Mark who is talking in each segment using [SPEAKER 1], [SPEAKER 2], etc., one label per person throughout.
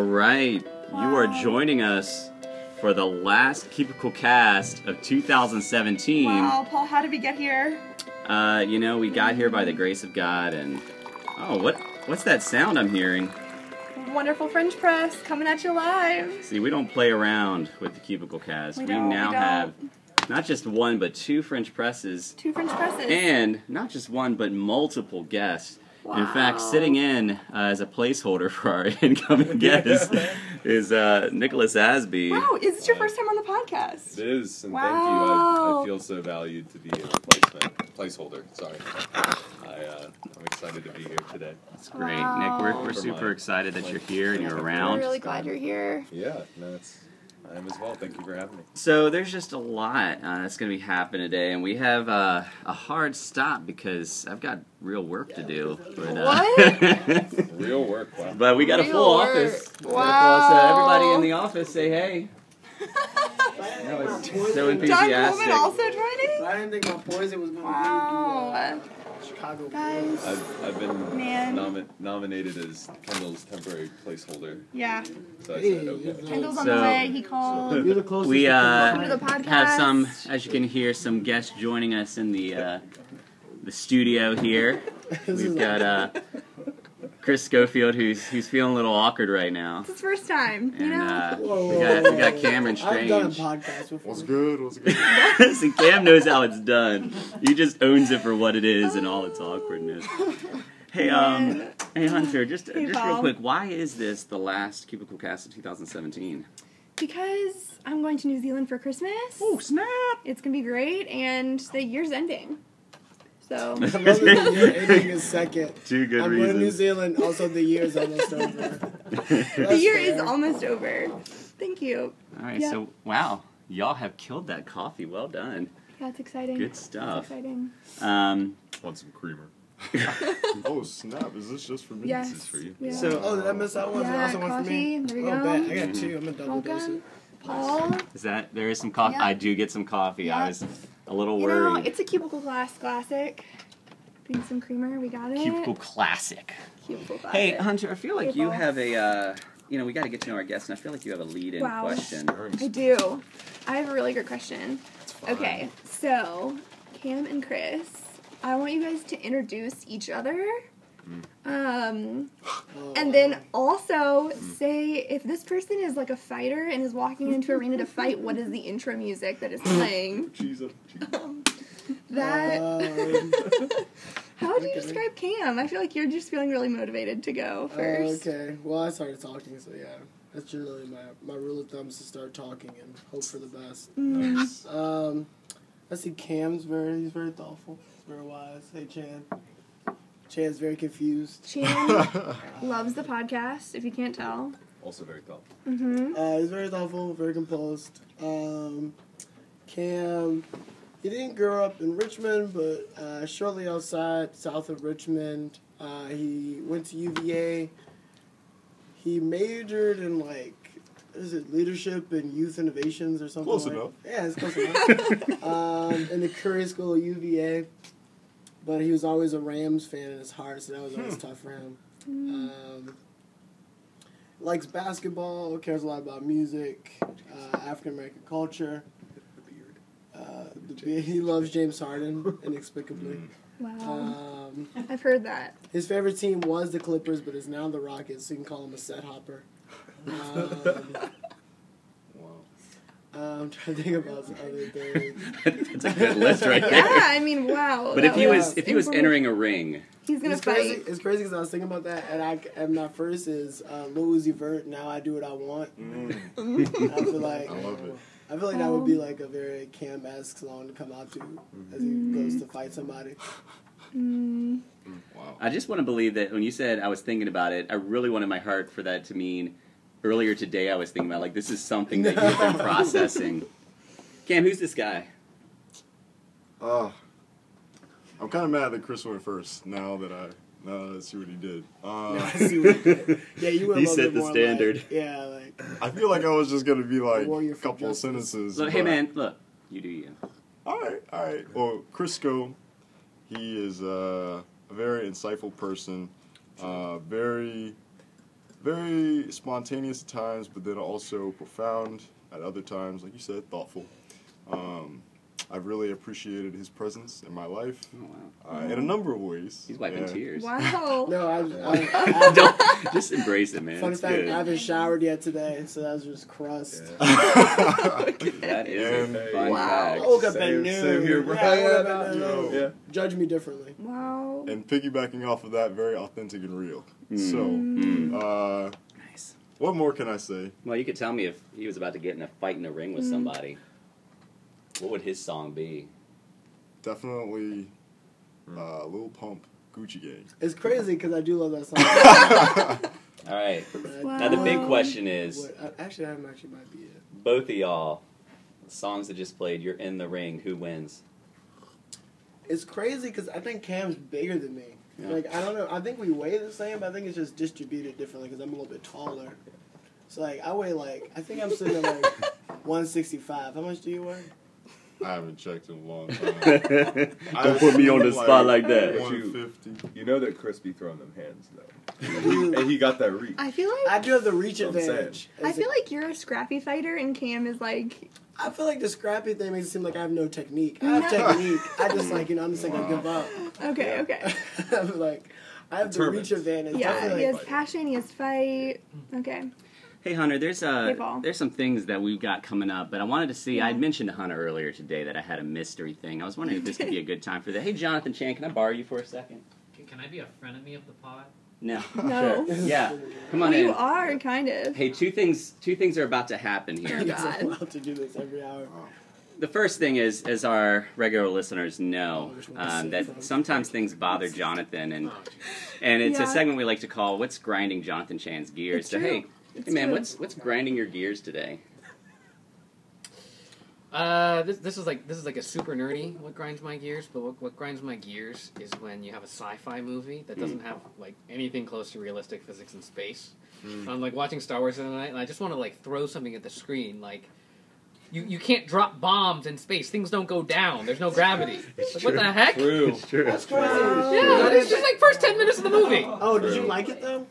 [SPEAKER 1] right. You are joining us for the last Cubicle cast of 2017.
[SPEAKER 2] Wow, Paul, how did we get here?
[SPEAKER 1] Uh, you know, we got here by the grace of God and Oh, what what's that sound I'm hearing?
[SPEAKER 2] Wonderful French press coming at you live.
[SPEAKER 1] See, we don't play around with the Cubicle cast.
[SPEAKER 2] We don't, we
[SPEAKER 1] now
[SPEAKER 2] don't.
[SPEAKER 1] have not just one but two French presses
[SPEAKER 2] Two French presses.
[SPEAKER 1] and not just one but multiple guests. In fact,
[SPEAKER 2] Wow.
[SPEAKER 1] sitting in uh, as a placeholder for our incoming guest is uh, Nicholas Asby.
[SPEAKER 2] wow, is this your first time on the podcast?
[SPEAKER 3] It is, and thank you. I,
[SPEAKER 2] Wow.
[SPEAKER 3] I feel so valued to be a replacement, placeholder. Sorry. I, uh, I'm excited to be here today.
[SPEAKER 1] That's great,
[SPEAKER 2] Wow.
[SPEAKER 1] Nick. We're, we're
[SPEAKER 3] For
[SPEAKER 1] super
[SPEAKER 3] my-
[SPEAKER 1] excited that
[SPEAKER 3] my-
[SPEAKER 1] you're here and you're
[SPEAKER 3] We're
[SPEAKER 1] around.
[SPEAKER 2] We're really glad you're here.
[SPEAKER 3] Yeah, no, it's, I am as well. Thank you for having me.
[SPEAKER 1] So there's just a lot uh, that's going to be happening today, and we have uh, a hard stop because I've got real work to do. But, what?
[SPEAKER 3] Real work. Wow.
[SPEAKER 1] but we got a
[SPEAKER 2] Real
[SPEAKER 1] full
[SPEAKER 2] work.
[SPEAKER 1] office.
[SPEAKER 2] Wow.
[SPEAKER 1] Well, so everybody in the office say hey. uh,
[SPEAKER 4] I didn't think
[SPEAKER 1] it's
[SPEAKER 4] my
[SPEAKER 1] so
[SPEAKER 4] poison-
[SPEAKER 1] enthusiastic.
[SPEAKER 2] John Coleman also joining?
[SPEAKER 4] I didn't think my poison was going to
[SPEAKER 2] Wow.
[SPEAKER 4] be the uh, Chicago.
[SPEAKER 2] Guys.
[SPEAKER 3] I've, I've been
[SPEAKER 2] Man.
[SPEAKER 3] nomi- nominated as Kendall's temporary placeholder,
[SPEAKER 2] Yeah.
[SPEAKER 3] so I
[SPEAKER 4] Hey,
[SPEAKER 3] said okay.
[SPEAKER 4] you're
[SPEAKER 2] Kendall's
[SPEAKER 4] the-
[SPEAKER 2] on
[SPEAKER 1] So-
[SPEAKER 2] the way. He called.
[SPEAKER 4] you're the closest.
[SPEAKER 1] We,
[SPEAKER 4] to
[SPEAKER 1] uh,
[SPEAKER 2] Come to the
[SPEAKER 4] mine.
[SPEAKER 2] podcast.
[SPEAKER 1] Have some, as you can hear, some guests joining us in the uh, the studio here.
[SPEAKER 4] This
[SPEAKER 1] We've
[SPEAKER 4] is-
[SPEAKER 1] got uh, Chris Schofield, who's who's feeling a little awkward right now,
[SPEAKER 2] It's his first time, you
[SPEAKER 1] and
[SPEAKER 2] know?
[SPEAKER 1] uh,
[SPEAKER 4] Whoa,
[SPEAKER 1] we got we got
[SPEAKER 4] whoa,
[SPEAKER 1] Cameron
[SPEAKER 4] whoa. I've done a
[SPEAKER 1] Strange.
[SPEAKER 4] podcast before.
[SPEAKER 5] What's good? What's good?
[SPEAKER 1] See, Cam knows how it's done. He just owns it for what it is and all its awkwardness. Hey, um, hey Hunter, just
[SPEAKER 2] Hey,
[SPEAKER 1] just real
[SPEAKER 2] Paul.
[SPEAKER 1] quick, why is this the last Cubicle Cast of 2017?
[SPEAKER 2] Because I'm going to New Zealand for Christmas.
[SPEAKER 1] snap!
[SPEAKER 2] It's gonna be great, and the year's ending. So
[SPEAKER 4] I love that the year ending is second.
[SPEAKER 1] Two good
[SPEAKER 4] I'm going to New Zealand. Also, the year is almost over.
[SPEAKER 2] the
[SPEAKER 4] That's
[SPEAKER 2] year is
[SPEAKER 4] fair.
[SPEAKER 2] almost over. Thank you.
[SPEAKER 1] All right,
[SPEAKER 2] Yeah.
[SPEAKER 1] so wow, y'all have killed that coffee. Well done.
[SPEAKER 2] That's exciting.
[SPEAKER 1] Good stuff.
[SPEAKER 2] That's exciting.
[SPEAKER 1] Um,
[SPEAKER 3] Want some creamer?
[SPEAKER 5] oh snap! Is this just for me?
[SPEAKER 2] Yes.
[SPEAKER 3] is for you.
[SPEAKER 2] Yeah.
[SPEAKER 1] So-
[SPEAKER 4] Oh, did I miss that one? Is
[SPEAKER 2] yeah,
[SPEAKER 4] that also one for
[SPEAKER 2] coffee.
[SPEAKER 4] me?
[SPEAKER 2] There
[SPEAKER 4] Oh,
[SPEAKER 2] you go.
[SPEAKER 4] bet. I got two. I'm going to double dose
[SPEAKER 2] Welcome,
[SPEAKER 4] it.
[SPEAKER 2] Paul.
[SPEAKER 1] is that there is some coffee?
[SPEAKER 2] Yeah.
[SPEAKER 1] I do get some coffee. I
[SPEAKER 2] Yeah.
[SPEAKER 1] was a little
[SPEAKER 2] You know,
[SPEAKER 1] worried.
[SPEAKER 2] it's a cubicle glass classic. Bring some creamer. We got it.
[SPEAKER 1] Cubicle classic.
[SPEAKER 2] Cubicle classic.
[SPEAKER 1] Hey, Hunter, I feel like
[SPEAKER 2] Hey,
[SPEAKER 1] you
[SPEAKER 2] Paul.
[SPEAKER 1] have a, uh, you know, we got to get to know our guests, and I feel like you have a lead-in
[SPEAKER 2] Wow.
[SPEAKER 1] question.
[SPEAKER 2] I do. I have a really good question. Okay, so Cam and Chris, I want you guys to introduce each other. Um,
[SPEAKER 4] Oh.
[SPEAKER 2] and then also say if this person is like a fighter and is walking into arena to fight, what is the intro music that is playing?
[SPEAKER 5] Jesus.
[SPEAKER 2] That
[SPEAKER 4] Um,
[SPEAKER 2] how would you
[SPEAKER 4] okay.
[SPEAKER 2] describe Cam? I feel like you're just feeling really motivated to go first.
[SPEAKER 4] Oh, okay. Well, I started talking, so yeah. That's generally my, my rule of thumb is to start talking and hope for the best. Um, I see Cam's very he's very thoughtful, he's very wise. Hey Chan, Chan's very confused.
[SPEAKER 2] Chan loves the podcast. If you can't tell,
[SPEAKER 3] Also very thoughtful.
[SPEAKER 2] mm-hmm.
[SPEAKER 4] Uh, he's very thoughtful, very composed. Um, Cam, he didn't grow up in Richmond, but uh, shortly outside, south of Richmond, uh, he went to UVA. He majored in like. Is it leadership and youth innovations or something?
[SPEAKER 5] Close
[SPEAKER 4] like
[SPEAKER 5] enough.
[SPEAKER 4] Yeah, it's close enough. um, in the Curry School at UVA, but he was always a Rams fan in his heart, so that was always tough for him. Um, likes basketball, cares a lot about music, uh, African American culture. Uh, the beard. He loves James Harden inexplicably.
[SPEAKER 2] wow,
[SPEAKER 4] Um,
[SPEAKER 2] I've heard that.
[SPEAKER 4] his favorite team was the Clippers, but is now the Rockets. So you can call him a set hopper. Um,
[SPEAKER 5] Wow.
[SPEAKER 4] I'm trying to think about some other things.
[SPEAKER 1] That's a good list right there.
[SPEAKER 2] Yeah, I mean, wow.
[SPEAKER 1] But
[SPEAKER 2] that
[SPEAKER 1] if he
[SPEAKER 4] was
[SPEAKER 1] was if he was
[SPEAKER 2] informative.
[SPEAKER 1] entering a ring,
[SPEAKER 2] He's gonna
[SPEAKER 4] it's
[SPEAKER 2] fight.
[SPEAKER 4] Crazy, it's crazy because I was thinking about that, and I and my first is uh, Louis Vert. Now I do what I want.
[SPEAKER 5] Mm.
[SPEAKER 4] I
[SPEAKER 2] Mm,
[SPEAKER 4] feel like
[SPEAKER 5] I love it.
[SPEAKER 4] I feel like that would be
[SPEAKER 2] Oh.
[SPEAKER 4] like a very Cam esque song to come out to
[SPEAKER 1] Mm-hmm.
[SPEAKER 4] as he goes to fight somebody.
[SPEAKER 2] Mm,
[SPEAKER 5] Wow.
[SPEAKER 1] I just want to believe that when you said I was thinking about it, I really wanted my heart for that to mean earlier today I was thinking about like this is something that you've been processing. Cam, who's this guy?
[SPEAKER 5] Uh, I'm kind of mad that Chris went first. Now that I now that I see what he did. Uh,
[SPEAKER 4] I see what you did. Yeah, you went a
[SPEAKER 1] He
[SPEAKER 4] little
[SPEAKER 1] set
[SPEAKER 4] bit
[SPEAKER 1] the
[SPEAKER 4] more
[SPEAKER 1] standard.
[SPEAKER 4] Like, yeah, like
[SPEAKER 5] I feel like I was just gonna be like
[SPEAKER 4] Warrior
[SPEAKER 5] a
[SPEAKER 4] for
[SPEAKER 5] couple of
[SPEAKER 4] justice.
[SPEAKER 5] sentences.
[SPEAKER 1] Look, hey
[SPEAKER 5] but-
[SPEAKER 1] man, look, you do you. Oh,
[SPEAKER 5] All right, all right. Well, Crisco, he is uh, a very insightful person, uh, very very spontaneous at times, but then also profound at other times. Like you said, thoughtful. Um, I've really appreciated his presence in my life
[SPEAKER 1] Oh, wow.
[SPEAKER 5] uh, in a number of ways.
[SPEAKER 1] He's wiping
[SPEAKER 5] Yeah.
[SPEAKER 1] tears.
[SPEAKER 2] Wow.
[SPEAKER 4] No, I, I, I,
[SPEAKER 1] Don't just embrace it, man.
[SPEAKER 4] fun
[SPEAKER 1] it's
[SPEAKER 4] fact,
[SPEAKER 1] good.
[SPEAKER 4] I haven't showered yet today, so that was just crust.
[SPEAKER 3] Yeah.
[SPEAKER 1] that is a
[SPEAKER 5] And-
[SPEAKER 1] fun
[SPEAKER 4] Wow.
[SPEAKER 1] fact.
[SPEAKER 4] Woke up at
[SPEAKER 3] Same-
[SPEAKER 4] noon.
[SPEAKER 3] same here,
[SPEAKER 4] Yeah,
[SPEAKER 3] bro.
[SPEAKER 4] I woke up
[SPEAKER 3] Yeah,
[SPEAKER 4] at
[SPEAKER 5] no.
[SPEAKER 4] noon.
[SPEAKER 3] Yeah.
[SPEAKER 4] Judge me differently.
[SPEAKER 2] Wow.
[SPEAKER 5] and piggybacking off of that, very authentic and real.
[SPEAKER 1] Mm.
[SPEAKER 5] So, uh,
[SPEAKER 1] Nice.
[SPEAKER 5] what more can I say?
[SPEAKER 1] Well, you could tell me if he was about to get in a fight in a ring
[SPEAKER 2] Hmm.
[SPEAKER 1] with somebody. What would his song be?
[SPEAKER 5] Definitely, uh, Lil Pump, Gucci Gang.
[SPEAKER 4] It's crazy because I do love that song.
[SPEAKER 1] All right.
[SPEAKER 2] Wow.
[SPEAKER 1] Now the big question is,
[SPEAKER 4] What- uh, actually, I actually might be it.
[SPEAKER 1] both of y'all, songs that just played, you're in the ring. Who wins?
[SPEAKER 4] It's crazy because I think Cam's bigger than me.
[SPEAKER 1] Yeah.
[SPEAKER 4] Like I don't know. I think we weigh the same, but I think it's just distributed differently because I'm a little bit taller. So like I weigh like I think I'm sitting at like 165. How much do you weigh?
[SPEAKER 5] I haven't checked in a long time.
[SPEAKER 3] Don't put me on the spot like that.
[SPEAKER 5] 150.
[SPEAKER 3] You know that Chris be throwing them hands though,
[SPEAKER 4] Dude,
[SPEAKER 3] and he got that reach.
[SPEAKER 2] I feel like
[SPEAKER 4] I do have the reach
[SPEAKER 3] That's what I'm saying.
[SPEAKER 4] advantage.
[SPEAKER 2] I feel like you're a scrappy fighter and Cam is like
[SPEAKER 4] I feel like the scrappy thing makes it seem like I have no technique. I have
[SPEAKER 2] No.
[SPEAKER 4] technique. I just like you know I'm just like I give up.
[SPEAKER 2] okay,
[SPEAKER 3] Yeah.
[SPEAKER 2] okay.
[SPEAKER 4] I'm like I have the
[SPEAKER 3] Determined.
[SPEAKER 4] reach advantage. I
[SPEAKER 2] Yeah,
[SPEAKER 4] feel
[SPEAKER 2] he
[SPEAKER 4] like-
[SPEAKER 2] has passion, he has fight. Okay.
[SPEAKER 1] Hey Hunter, there's
[SPEAKER 2] Hey,
[SPEAKER 1] uh,
[SPEAKER 2] Paul.
[SPEAKER 1] there's some things that we've got coming up, but I wanted to see. I
[SPEAKER 2] Yeah.
[SPEAKER 1] had mentioned to Hunter earlier today that I had a mystery thing. I was wondering if this could be a good time for that. Hey Jonathan Chan, can I borrow you for a second?
[SPEAKER 6] Can- Can I be a frenemy of the pod?
[SPEAKER 1] No.
[SPEAKER 2] No.
[SPEAKER 1] Sure. Yeah. Come
[SPEAKER 2] Well,
[SPEAKER 1] on
[SPEAKER 2] you
[SPEAKER 1] in.
[SPEAKER 2] are kind of.
[SPEAKER 1] Hey, two things. Two things are about to happen here.
[SPEAKER 2] Oh,
[SPEAKER 4] Because
[SPEAKER 2] God.
[SPEAKER 4] I'm allowed to do this every hour.
[SPEAKER 1] The first thing is, as our regular listeners know,
[SPEAKER 4] Oh, there's one
[SPEAKER 1] um,
[SPEAKER 4] sitting
[SPEAKER 1] that
[SPEAKER 4] front.
[SPEAKER 1] sometimes things bother Jonathan, and
[SPEAKER 6] Oh, geez.
[SPEAKER 1] and it's
[SPEAKER 2] Yeah.
[SPEAKER 1] a segment we like to call "What's Grinding Jonathan Chan's Gears."
[SPEAKER 2] It's
[SPEAKER 1] so
[SPEAKER 2] true.
[SPEAKER 1] hey,
[SPEAKER 2] It's
[SPEAKER 1] hey man,
[SPEAKER 2] good.
[SPEAKER 1] what's what's grinding your gears today?
[SPEAKER 6] Uh, this, this is like this is like a super nerdy. What grinds my gears? But what, what grinds my gears is when you have a sci-fi movie
[SPEAKER 3] Hmm.
[SPEAKER 6] that doesn't have like anything close to realistic physics in space. I'm like watching Star Wars the other night, and I just want to like throw something at the screen. Like, you you can't drop bombs in space. Things don't go down. There's no gravity. Like, what the heck?
[SPEAKER 3] True.
[SPEAKER 4] That's crazy.
[SPEAKER 6] Yeah, it's just like first ten minutes of the movie.
[SPEAKER 4] Oh, did you like it though?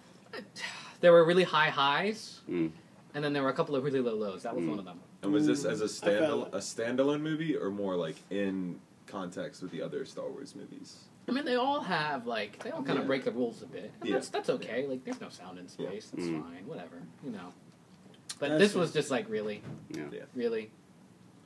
[SPEAKER 6] There were really high highs,
[SPEAKER 3] Hmm.
[SPEAKER 1] Mm.
[SPEAKER 6] and then there were a couple of really low lows. That was one of them.
[SPEAKER 3] And was this as a
[SPEAKER 4] Hmm, I felt
[SPEAKER 3] standal- a standalone movie or more like in context with the other Star Wars movies?
[SPEAKER 6] I mean, they all have like they all kind
[SPEAKER 3] Yeah.
[SPEAKER 6] of break the rules a bit. And
[SPEAKER 3] Yeah.
[SPEAKER 6] That's that's okay. Like, there's no sound in space. That's
[SPEAKER 1] Mm.
[SPEAKER 6] fine. Whatever, you know. But
[SPEAKER 4] That's
[SPEAKER 6] this was just like really,
[SPEAKER 1] Yeah,
[SPEAKER 3] Yeah.
[SPEAKER 6] really.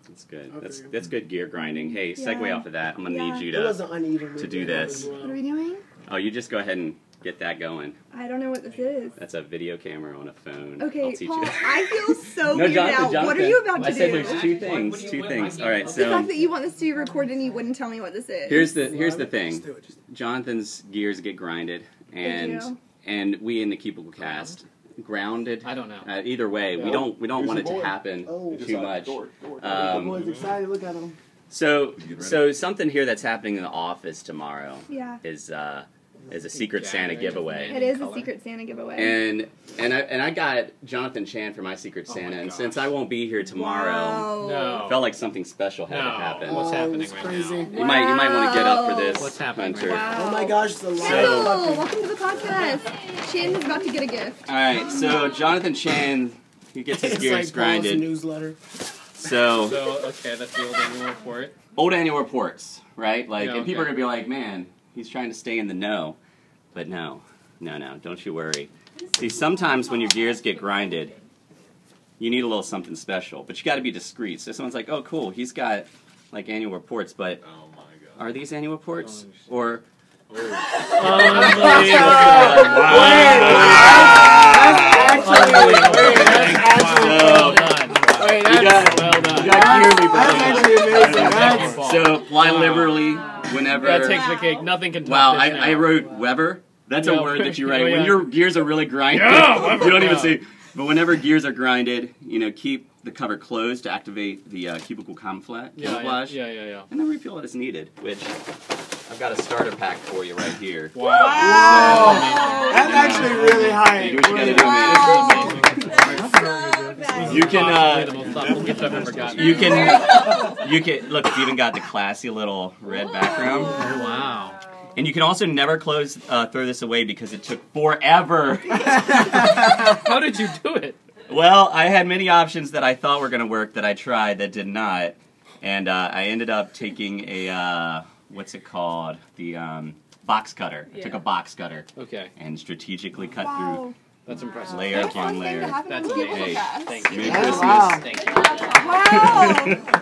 [SPEAKER 1] that's good.
[SPEAKER 4] Okay.
[SPEAKER 1] That's that's good gear grinding. Hey, segue
[SPEAKER 2] Yeah.
[SPEAKER 1] off of that. I'm gonna
[SPEAKER 2] Yeah.
[SPEAKER 1] need you
[SPEAKER 4] It
[SPEAKER 1] to.
[SPEAKER 4] was an uneven.
[SPEAKER 1] to do
[SPEAKER 4] movie
[SPEAKER 1] this.
[SPEAKER 4] as well.
[SPEAKER 2] What are we doing?
[SPEAKER 1] Oh, you just go ahead and get that going.
[SPEAKER 2] I don't know what this is.
[SPEAKER 1] That's a video camera on a phone. I'll
[SPEAKER 2] Okay,
[SPEAKER 1] teach
[SPEAKER 2] Paul,
[SPEAKER 1] you.
[SPEAKER 2] I feel so
[SPEAKER 1] no,
[SPEAKER 2] weird
[SPEAKER 1] Jonathan,
[SPEAKER 2] out.
[SPEAKER 1] Jonathan.
[SPEAKER 2] What are you about to
[SPEAKER 1] I
[SPEAKER 2] do?
[SPEAKER 1] said there's two
[SPEAKER 6] Why- why
[SPEAKER 1] things.
[SPEAKER 6] would you-
[SPEAKER 1] Two
[SPEAKER 6] why
[SPEAKER 1] things.
[SPEAKER 6] would
[SPEAKER 1] All right,
[SPEAKER 6] you-
[SPEAKER 2] the
[SPEAKER 1] so
[SPEAKER 2] fact that you want this to be recorded and you wouldn't tell me what this is.
[SPEAKER 1] here's the here's the
[SPEAKER 4] Just
[SPEAKER 1] thing.
[SPEAKER 4] do it, just do
[SPEAKER 1] Jonathan's gears get grinded, and
[SPEAKER 2] do.
[SPEAKER 1] and we in the Cubicle Cast grounded.
[SPEAKER 6] I don't know.
[SPEAKER 1] Uh, either way, we
[SPEAKER 3] Yeah.
[SPEAKER 1] don't we don't
[SPEAKER 3] Here's
[SPEAKER 1] want
[SPEAKER 3] the
[SPEAKER 1] it to
[SPEAKER 3] board.
[SPEAKER 1] happen
[SPEAKER 4] Oh.
[SPEAKER 5] Just
[SPEAKER 1] too
[SPEAKER 5] out the
[SPEAKER 1] much.
[SPEAKER 5] door, door.
[SPEAKER 4] it.
[SPEAKER 1] Um,
[SPEAKER 4] the boy's excited. Look at him.
[SPEAKER 1] So
[SPEAKER 3] You get ready.
[SPEAKER 1] so something here that's happening in the office tomorrow
[SPEAKER 2] Yeah.
[SPEAKER 1] is uh is a Secret Santa
[SPEAKER 6] Gathering of
[SPEAKER 1] giveaway.
[SPEAKER 6] men.
[SPEAKER 2] It is
[SPEAKER 6] Color.
[SPEAKER 2] a Secret Santa giveaway.
[SPEAKER 1] And and I and I got Jonathan Chan for my Secret
[SPEAKER 6] Oh my
[SPEAKER 1] Santa, and
[SPEAKER 6] gosh.
[SPEAKER 1] since I won't be here tomorrow,
[SPEAKER 2] Wow.
[SPEAKER 6] No.
[SPEAKER 1] felt like something special had to happen.
[SPEAKER 6] What's
[SPEAKER 4] Oh,
[SPEAKER 6] happening
[SPEAKER 4] it's
[SPEAKER 6] right
[SPEAKER 4] crazy.
[SPEAKER 6] now?
[SPEAKER 1] You might you might want to get up for this,
[SPEAKER 6] What's happening
[SPEAKER 1] Hunter.
[SPEAKER 6] right now?
[SPEAKER 2] Wow.
[SPEAKER 4] Oh my gosh, the
[SPEAKER 2] Hello,
[SPEAKER 4] loud fucking.
[SPEAKER 2] welcome to the podcast. Chin is about to get a gift.
[SPEAKER 1] All right, so Jonathan Chan, he gets his
[SPEAKER 4] It's
[SPEAKER 1] gears
[SPEAKER 4] like Paul's
[SPEAKER 1] grinded.
[SPEAKER 4] newsletter.
[SPEAKER 1] So
[SPEAKER 6] So okay, that's the old annual report.
[SPEAKER 1] old annual reports, right? Like,
[SPEAKER 6] Yeah,
[SPEAKER 1] and people are
[SPEAKER 6] okay.
[SPEAKER 1] gonna be like, "Man, he's trying to stay in the know," but no, no, no, don't you worry. See, sometimes when your gears get grinded, you need a little something special, but you got to be discreet. So someone's like, "Oh, cool, he's got like annual reports," but
[SPEAKER 3] Oh my god.
[SPEAKER 1] are these annual reports or?
[SPEAKER 6] Well
[SPEAKER 1] So-
[SPEAKER 6] done.
[SPEAKER 4] Wait,
[SPEAKER 1] You Oh, got,
[SPEAKER 6] Well done.
[SPEAKER 1] you got yearly
[SPEAKER 4] That's
[SPEAKER 1] reports.
[SPEAKER 4] actually amazing. That's,
[SPEAKER 6] That's-
[SPEAKER 1] So apply liberally whenever.
[SPEAKER 6] That takes the
[SPEAKER 2] Wow.
[SPEAKER 6] cake. Nothing can top
[SPEAKER 1] Wow,
[SPEAKER 6] this
[SPEAKER 1] I,
[SPEAKER 6] now.
[SPEAKER 1] I wrote Weber. That's a
[SPEAKER 6] Yeah.
[SPEAKER 1] word that you
[SPEAKER 6] Oh,
[SPEAKER 1] write when
[SPEAKER 6] yeah.
[SPEAKER 1] your gears are really grinded.
[SPEAKER 6] Yeah, Weber,
[SPEAKER 1] you don't even
[SPEAKER 6] yeah.
[SPEAKER 1] see. But whenever gears are grinded, you know, keep the cover closed to activate the uh, cubicle camoufla-
[SPEAKER 6] Yeah, yeah,
[SPEAKER 1] camouflage,
[SPEAKER 6] yeah, yeah, yeah.
[SPEAKER 1] and then refuel it as needed. Which I've got a starter pack for you right here.
[SPEAKER 6] Wow.
[SPEAKER 4] Oh, that's actually really
[SPEAKER 1] You
[SPEAKER 4] high.
[SPEAKER 1] do what you gotta do, man.
[SPEAKER 2] Wow. So nice.
[SPEAKER 1] You can,
[SPEAKER 6] Possibly the
[SPEAKER 1] uh,
[SPEAKER 6] most thoughtful gift I've ever gotten.
[SPEAKER 1] you can, you can. Look, it's even got the classy little red background.
[SPEAKER 6] Wow.
[SPEAKER 1] And you can also never close, uh, throw this away because it took forever.
[SPEAKER 6] How did you do it?
[SPEAKER 1] well, I had many options that I thought were going to work that I tried that did not, and uh, I ended up taking a uh, what's it called? The um, box cutter. I took
[SPEAKER 7] Yeah.
[SPEAKER 1] a box cutter
[SPEAKER 6] Okay,
[SPEAKER 1] and strategically cut
[SPEAKER 2] Wow.
[SPEAKER 6] that's impressive.
[SPEAKER 1] Layer
[SPEAKER 2] What a fun
[SPEAKER 1] upon
[SPEAKER 2] thing
[SPEAKER 1] layer.
[SPEAKER 2] to happen
[SPEAKER 6] That's
[SPEAKER 2] when people
[SPEAKER 6] amazing.
[SPEAKER 2] look us.
[SPEAKER 6] Thank you.
[SPEAKER 1] Merry
[SPEAKER 6] Wow.
[SPEAKER 1] Christmas.
[SPEAKER 6] Thank you.
[SPEAKER 2] Wow.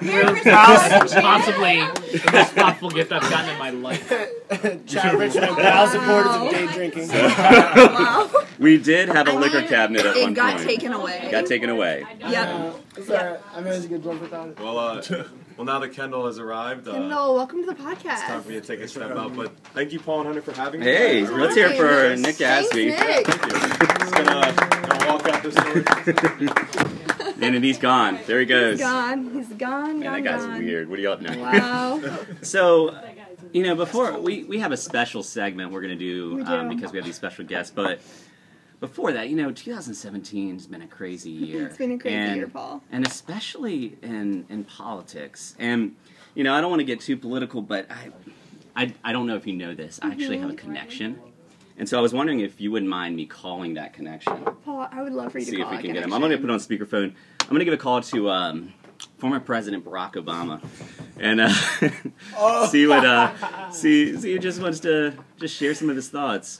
[SPEAKER 2] Merry Christmas.
[SPEAKER 1] Thousand-
[SPEAKER 6] Possibly the most thoughtful gift I've gotten in my life.
[SPEAKER 4] Chad Richard, a thousand quarters
[SPEAKER 2] Wow.
[SPEAKER 4] of day drinking.
[SPEAKER 2] wow.
[SPEAKER 1] through. We did have a
[SPEAKER 2] I
[SPEAKER 1] liquor
[SPEAKER 2] mean,
[SPEAKER 1] cabinet at one
[SPEAKER 2] It got
[SPEAKER 1] point.
[SPEAKER 2] taken away.
[SPEAKER 1] Got taken away.
[SPEAKER 2] Yep.
[SPEAKER 4] Uh, it's alright. I managed to get drunk without it.
[SPEAKER 8] Well, uh, well, now that Kendall has arrived, uh,
[SPEAKER 2] Kendall, welcome to the
[SPEAKER 8] it's time
[SPEAKER 2] podcast.
[SPEAKER 8] for me to take a step out. But thank you, Paul and Hunter, for having me.
[SPEAKER 1] Hey,
[SPEAKER 8] I
[SPEAKER 1] let's hear it for Nick
[SPEAKER 2] Thanks,
[SPEAKER 1] Gatsby.
[SPEAKER 2] Nick.
[SPEAKER 8] Thank you. Just gonna, uh, gonna walk out this door.
[SPEAKER 1] And then he's gone. There he goes.
[SPEAKER 2] He's gone. He's
[SPEAKER 1] Man,
[SPEAKER 2] gone.
[SPEAKER 1] that
[SPEAKER 2] gone,
[SPEAKER 1] guy's
[SPEAKER 2] gone.
[SPEAKER 1] weird. What are you up now?
[SPEAKER 2] Wow.
[SPEAKER 1] So, you know, before we, we have a special segment we're going to do,
[SPEAKER 2] We do.
[SPEAKER 1] Um, because we have these special guests. But before that, you know, 2017 has been a crazy year.
[SPEAKER 2] it's been a crazy
[SPEAKER 1] and,
[SPEAKER 2] year, Paul.
[SPEAKER 1] And especially in, in politics. And, you know, I don't want to get too political, but I, I, I don't know if you know this. I actually
[SPEAKER 2] Mm-hmm.
[SPEAKER 1] have a connection. And so I was wondering if you wouldn't mind me calling that connection.
[SPEAKER 2] Paul, I would love for you to
[SPEAKER 1] See
[SPEAKER 2] call
[SPEAKER 1] if we
[SPEAKER 2] it
[SPEAKER 1] can get him.
[SPEAKER 2] connection.
[SPEAKER 1] I'm going to put on speakerphone. I'm going to give a call to um, former President Barack Obama, and uh, see what uh, see see who just wants to just share some of his thoughts.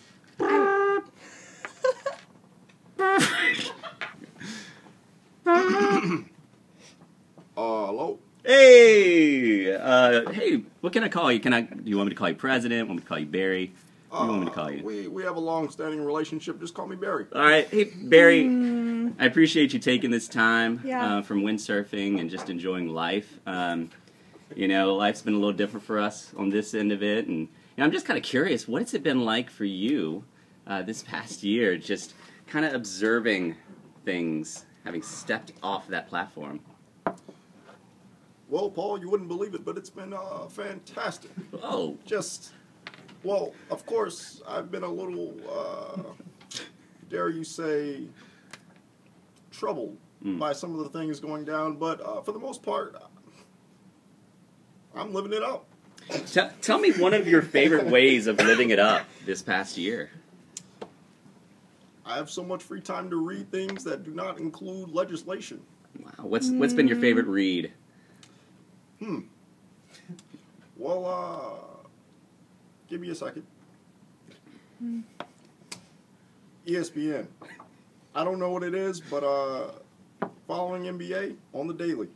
[SPEAKER 5] Uh, hello.
[SPEAKER 1] Hey, uh, hey, what can I call you? Can I? Do you want me to call you President? Want me to call you Barry? What do you want me to call
[SPEAKER 5] Uh,
[SPEAKER 1] you?
[SPEAKER 5] We we have a long-standing relationship. Just call me Barry.
[SPEAKER 1] All right, hey Barry. I appreciate you taking this time
[SPEAKER 2] Yeah.
[SPEAKER 1] uh, from windsurfing and just enjoying life. Um, you know, life's been a little different for us on this end of it, and you know, I'm just kind of curious, what has it been like for you uh, this past year, just kind of observing things, having stepped off that platform?
[SPEAKER 5] Well, Paul, you wouldn't believe it, but it's been uh, fantastic.
[SPEAKER 1] Oh,
[SPEAKER 5] Just, well, of course, I've been a little, uh, dare you say, troubled by some of the things going down, but uh, for the most part, I'm living it up.
[SPEAKER 1] t- tell me one of your favorite ways of living it up this past year.
[SPEAKER 5] I have so much free time to read things that do not include legislation.
[SPEAKER 1] Wow, what's what's been your favorite read?
[SPEAKER 5] Well, uh, give me a second. E ESPN. I don't know what it is, but uh, following NBA on the daily,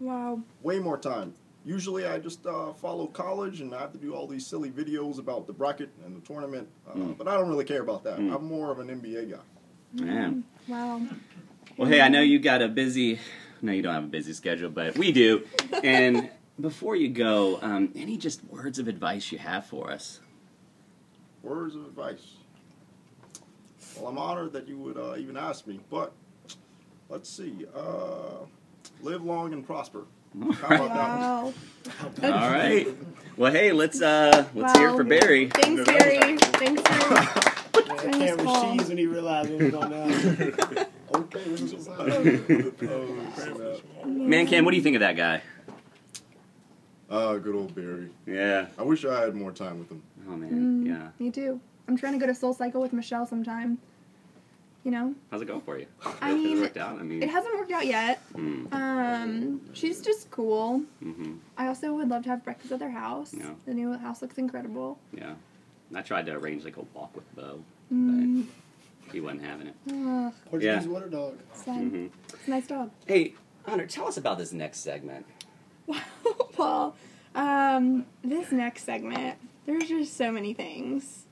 [SPEAKER 2] Wow.
[SPEAKER 5] way more time. Usually, I just uh, follow college, and I have to do all these silly videos about the bracket and the tournament. Uh,
[SPEAKER 1] Mm.
[SPEAKER 5] But I don't really care about that. I'm more of an NBA guy.
[SPEAKER 1] Man.
[SPEAKER 2] Wow.
[SPEAKER 1] Well, hey, I know you got a busy. No, you don't have a busy schedule, but we do. And before you go, um, any just words of advice you have for us?
[SPEAKER 5] Words of advice. Well, I'm honored that you would uh, even ask me, but let's see. Uh, live long and prosper. How about that one?
[SPEAKER 2] Wow.
[SPEAKER 1] All right. Well, hey, let's uh, let's hear it for
[SPEAKER 2] Wow.
[SPEAKER 1] Barry.
[SPEAKER 2] Thanks, Barry. Thanks for
[SPEAKER 4] Man,
[SPEAKER 2] Thanks,
[SPEAKER 4] Cameron
[SPEAKER 2] Paul.
[SPEAKER 4] Shees when he realized what was going on. okay, this is what's up.
[SPEAKER 1] Man, Cam, what do you think of that guy?
[SPEAKER 5] Ah, good old Barry.
[SPEAKER 1] Yeah.
[SPEAKER 5] I wish I had more time with him.
[SPEAKER 1] Oh man. Yeah.
[SPEAKER 2] me too. I'm trying to go to Soul Cycle with Michelle sometime. You know,
[SPEAKER 1] How's it going for you?
[SPEAKER 2] I
[SPEAKER 1] Has it
[SPEAKER 2] mean,
[SPEAKER 1] worked out. I
[SPEAKER 2] it
[SPEAKER 1] mean,
[SPEAKER 2] hasn't worked out yet. Um, she's just cool.
[SPEAKER 1] hmm
[SPEAKER 2] I also would love to have breakfast at their house.
[SPEAKER 1] Yeah.
[SPEAKER 2] The new house looks incredible.
[SPEAKER 1] yeah. I tried to arrange like a walk with Bo,
[SPEAKER 2] Mm.
[SPEAKER 1] but he wasn't having it.
[SPEAKER 2] Ugh,
[SPEAKER 4] Portuguese
[SPEAKER 1] Yeah.
[SPEAKER 4] water dog.
[SPEAKER 2] sad.
[SPEAKER 1] hmm
[SPEAKER 2] It's a nice dog.
[SPEAKER 1] Hey, Hunter, tell us about this next segment.
[SPEAKER 2] well, um, this next segment, there's just so many things.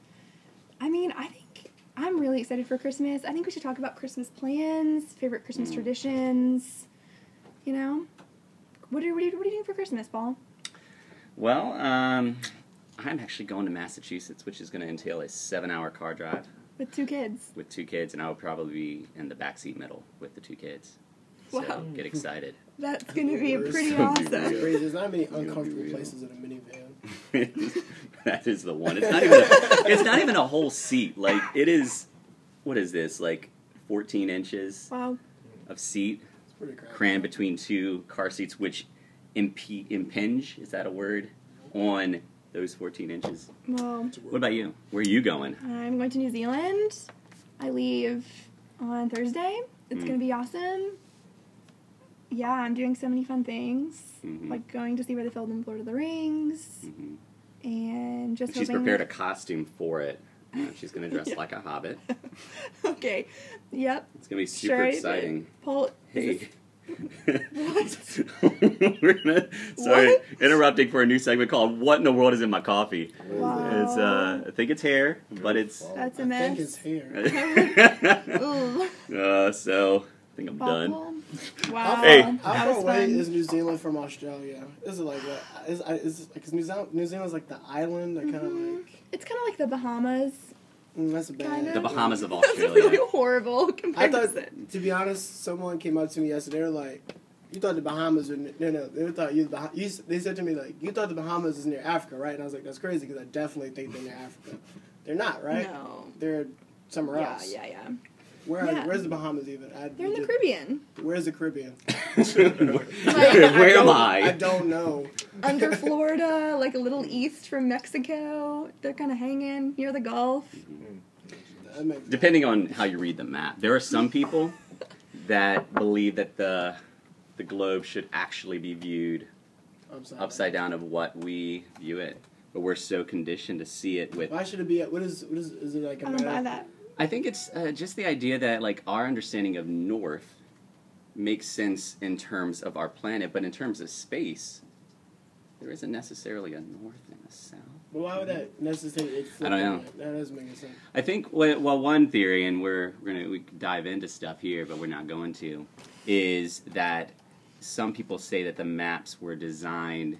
[SPEAKER 2] I mean, I think I'm really excited for Christmas. I think we should talk about Christmas plans, favorite Christmas traditions. You know, what are, what, are you, what are you doing for Christmas, Paul?
[SPEAKER 1] Well, um, I'm actually going to Massachusetts, which is going to entail a seven-hour car drive
[SPEAKER 2] With two kids.
[SPEAKER 1] with two kids, and I will probably be in the backseat middle with the two kids.
[SPEAKER 2] Wow.
[SPEAKER 1] So get excited.
[SPEAKER 2] That's gonna be
[SPEAKER 4] Worse.
[SPEAKER 2] pretty
[SPEAKER 1] That'd be
[SPEAKER 2] awesome.
[SPEAKER 1] weird.
[SPEAKER 4] Crazy. There's not many
[SPEAKER 1] be
[SPEAKER 4] uncomfortable
[SPEAKER 1] real.
[SPEAKER 4] places in a minivan.
[SPEAKER 1] that is the one. It's not even. A, it's not even a whole seat. Like it is. What is this? Like 14 inches
[SPEAKER 2] Wow.
[SPEAKER 1] of seat
[SPEAKER 4] It's pretty crazy.
[SPEAKER 1] crammed between two car seats, which impe- impinge. Is that a word? On those 14 inches.
[SPEAKER 2] Well,
[SPEAKER 1] What about you? Where are you going?
[SPEAKER 2] I'm going to New Zealand. I leave on Thursday. It's
[SPEAKER 1] Mm.
[SPEAKER 2] going to be awesome. Yeah, I'm doing so many fun things,
[SPEAKER 1] Mhm.
[SPEAKER 2] like going to see Weatherfield in Lord of the Rings,
[SPEAKER 1] Mhm.
[SPEAKER 2] and just
[SPEAKER 1] She's
[SPEAKER 2] hoping-
[SPEAKER 1] prepared a costume for it. Uh, she's going to dress
[SPEAKER 2] Yeah.
[SPEAKER 1] like a hobbit.
[SPEAKER 2] okay, yep.
[SPEAKER 1] It's going to be
[SPEAKER 2] Sure
[SPEAKER 1] super
[SPEAKER 2] I did.
[SPEAKER 1] exciting.
[SPEAKER 2] Paul,
[SPEAKER 1] Hey.
[SPEAKER 2] What?
[SPEAKER 1] We're gonna, sorry,
[SPEAKER 2] What?
[SPEAKER 1] interrupting for a new segment called "What in the World Is in My Coffee."
[SPEAKER 2] Wow.
[SPEAKER 1] It's
[SPEAKER 2] Oh.
[SPEAKER 1] uh, I think it's hair, but it's.
[SPEAKER 2] that's a
[SPEAKER 4] I think his
[SPEAKER 2] mess.
[SPEAKER 4] hair.
[SPEAKER 1] uh,
[SPEAKER 2] Ooh,
[SPEAKER 1] so I think I'm done.
[SPEAKER 2] Bubble.
[SPEAKER 4] How
[SPEAKER 2] Wow.
[SPEAKER 4] far,
[SPEAKER 1] Hey.
[SPEAKER 4] how
[SPEAKER 2] That
[SPEAKER 4] far
[SPEAKER 2] was
[SPEAKER 4] away
[SPEAKER 2] fun.
[SPEAKER 4] is New Zealand from Australia? Is it like that? Is, is, like, is New Zealand New Zealand's like the island? That kind of
[SPEAKER 2] Mhm.
[SPEAKER 4] like
[SPEAKER 2] It's kind of like the Bahamas.
[SPEAKER 4] mm, that's bad.
[SPEAKER 2] Kinda.
[SPEAKER 1] The Bahamas of
[SPEAKER 2] That's a really
[SPEAKER 1] Australia.
[SPEAKER 2] horrible
[SPEAKER 4] I thought,
[SPEAKER 2] comparison.
[SPEAKER 4] to be honest, someone came up to me yesterday. They were like, "You thought the Bahamas were n- no, no." They thought you, the Bah- you. s- They said to me like, "You thought the Bahamas is near Africa, right?" And I was like, "That's crazy because I definitely think they're near Africa. They're not, right?
[SPEAKER 2] No.
[SPEAKER 4] They're somewhere
[SPEAKER 2] Yeah,
[SPEAKER 4] else.
[SPEAKER 2] yeah, yeah.
[SPEAKER 4] Where
[SPEAKER 2] Yeah.
[SPEAKER 4] where's the Bahamas even? I,
[SPEAKER 2] They're in the
[SPEAKER 4] legit-
[SPEAKER 2] Caribbean,
[SPEAKER 4] Where's the Caribbean?
[SPEAKER 1] Where am
[SPEAKER 4] don't-
[SPEAKER 1] I?
[SPEAKER 4] I don't know.
[SPEAKER 2] under Florida, like a little east from Mexico. They're kind of hanging near the Gulf.
[SPEAKER 1] Mm.
[SPEAKER 4] That makes-
[SPEAKER 1] Depending on how you read the map, there are some people that believe that the the globe should actually be viewed
[SPEAKER 4] upside. down.
[SPEAKER 1] upside down of what we view it, but we're so conditioned to see it with
[SPEAKER 4] Why should it be? What is? What is? Is it like? a
[SPEAKER 2] I don't buy
[SPEAKER 4] map?
[SPEAKER 2] that.
[SPEAKER 1] I think it's uh, just the idea that like our understanding of north makes sense in terms of our planet, but in terms of space, there isn't necessarily a north and a south.
[SPEAKER 4] But why would that necessarily? It
[SPEAKER 1] I don't know.
[SPEAKER 4] flip That doesn't make any sense.
[SPEAKER 1] I think wh- well, one theory, and we're we're gonna we could dive into stuff here, but we're not going to, is that some people say that the maps were designed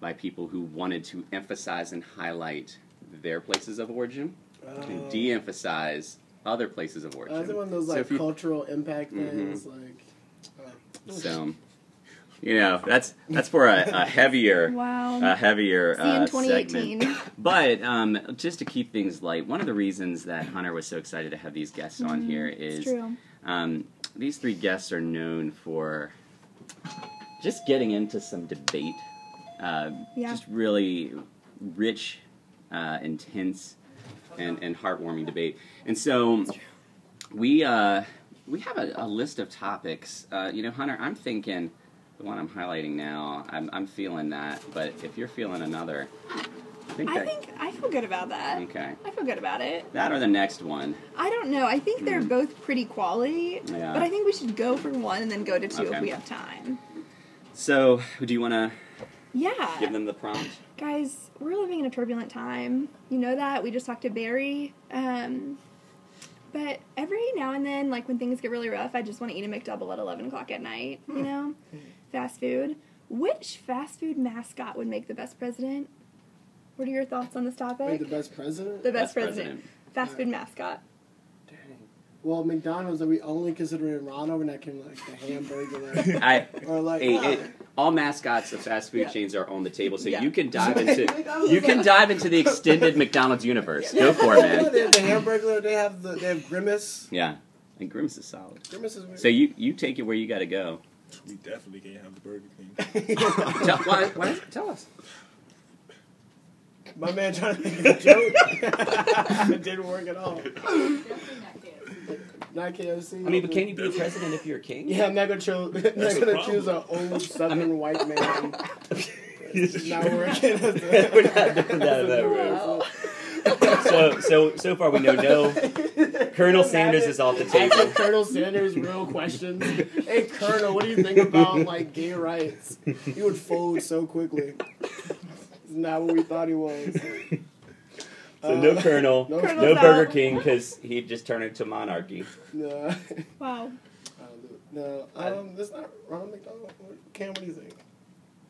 [SPEAKER 1] by people who wanted to emphasize and highlight their places of origin and
[SPEAKER 4] Uh,
[SPEAKER 1] de-emphasize other places of origin.
[SPEAKER 4] Uh, is it one of those
[SPEAKER 1] So
[SPEAKER 4] like
[SPEAKER 1] if you-
[SPEAKER 4] cultural impact
[SPEAKER 1] Mhm.
[SPEAKER 4] things? Like, uh,
[SPEAKER 1] So, um, you know, that's that's for a, a heavier,
[SPEAKER 2] Wow.
[SPEAKER 1] a heavier
[SPEAKER 2] See you
[SPEAKER 1] uh,
[SPEAKER 2] in 2018.
[SPEAKER 1] segment. But um, just to keep things light, one of the reasons that Hunter was so excited to have these guests on here
[SPEAKER 2] Mm-hmm. It's
[SPEAKER 1] is
[SPEAKER 2] true.
[SPEAKER 1] um, these three guests are known for just getting into some debate, uh,
[SPEAKER 2] Yeah.
[SPEAKER 1] just really rich, uh, intense, and, and heartwarming debate. And so we uh, we have a, a list of topics. Uh, you know, Hunter, I'm thinking the one I'm highlighting now. I'm, I'm feeling that, but if you're feeling another, I think
[SPEAKER 2] I
[SPEAKER 1] that
[SPEAKER 2] think I feel good about that.
[SPEAKER 1] okay.
[SPEAKER 2] I feel good about it.
[SPEAKER 1] That or the next one.
[SPEAKER 2] I don't know. I think they're both pretty quality,
[SPEAKER 1] Hmm. Yeah.
[SPEAKER 2] but I think we should go for one and then go to two
[SPEAKER 1] Okay.
[SPEAKER 2] if we have time.
[SPEAKER 1] So, do you want to
[SPEAKER 2] Yeah.
[SPEAKER 1] give them the prompt?
[SPEAKER 2] Guys, we're living in a turbulent time. You know that. We just talked to Barry. Um, but every now and then, like when things get really rough, I just want to eat a McDouble at 11 o'clock at night, you know? Fast food. Which fast food mascot would make the best president? What are your thoughts on this
[SPEAKER 4] like
[SPEAKER 2] topic?
[SPEAKER 4] the best president.
[SPEAKER 2] The
[SPEAKER 1] Best
[SPEAKER 2] best president. Fast food mascot.
[SPEAKER 4] well, McDonald's are we only considering Ronald? We're not considering like the hamburger, like,
[SPEAKER 1] I,
[SPEAKER 4] or like
[SPEAKER 1] Hey,
[SPEAKER 4] uh,
[SPEAKER 1] it- all mascots of fast food
[SPEAKER 2] Yeah.
[SPEAKER 1] chains are on the table, so
[SPEAKER 2] Yeah.
[SPEAKER 1] you can dive
[SPEAKER 4] Like,
[SPEAKER 1] into
[SPEAKER 4] McDonald's
[SPEAKER 1] you
[SPEAKER 4] is
[SPEAKER 1] can
[SPEAKER 4] like-
[SPEAKER 1] dive into the extended McDonald's universe. Go for it,
[SPEAKER 4] No,
[SPEAKER 1] man.
[SPEAKER 4] they have the hamburger. They have the they have grimace.
[SPEAKER 1] Yeah, and Grimace is solid.
[SPEAKER 4] Grimace is weird.
[SPEAKER 1] So you you take it where you got to go.
[SPEAKER 8] We definitely can't have the Burger King.
[SPEAKER 1] Tell, why, why, tell us.
[SPEAKER 4] My man trying to make a joke. it didn't work at all. Not KFC.
[SPEAKER 1] I mean, but can you be a president if you're a king?
[SPEAKER 4] Yeah, I'm not gonna choose.
[SPEAKER 8] That's
[SPEAKER 4] Not
[SPEAKER 8] the
[SPEAKER 4] gonna choose an old Southern white man. It's not working.
[SPEAKER 1] We're not doing that in that room. So so so far we know no. Colonel Sanders is off the
[SPEAKER 4] Asking
[SPEAKER 1] table.
[SPEAKER 4] Colonel Sanders real questions. Hey, Colonel, what do you think about like gay rights? He would fold so quickly. It's not what we thought he was.
[SPEAKER 1] So no Colonel,
[SPEAKER 4] No-
[SPEAKER 2] Colonel's
[SPEAKER 1] Uh, no Burger
[SPEAKER 2] out.
[SPEAKER 1] King because he'd just turn it to monarchy.
[SPEAKER 4] No,
[SPEAKER 2] Wow.
[SPEAKER 4] no. Um, it's not Ronald McDonald. Cam, what do you think?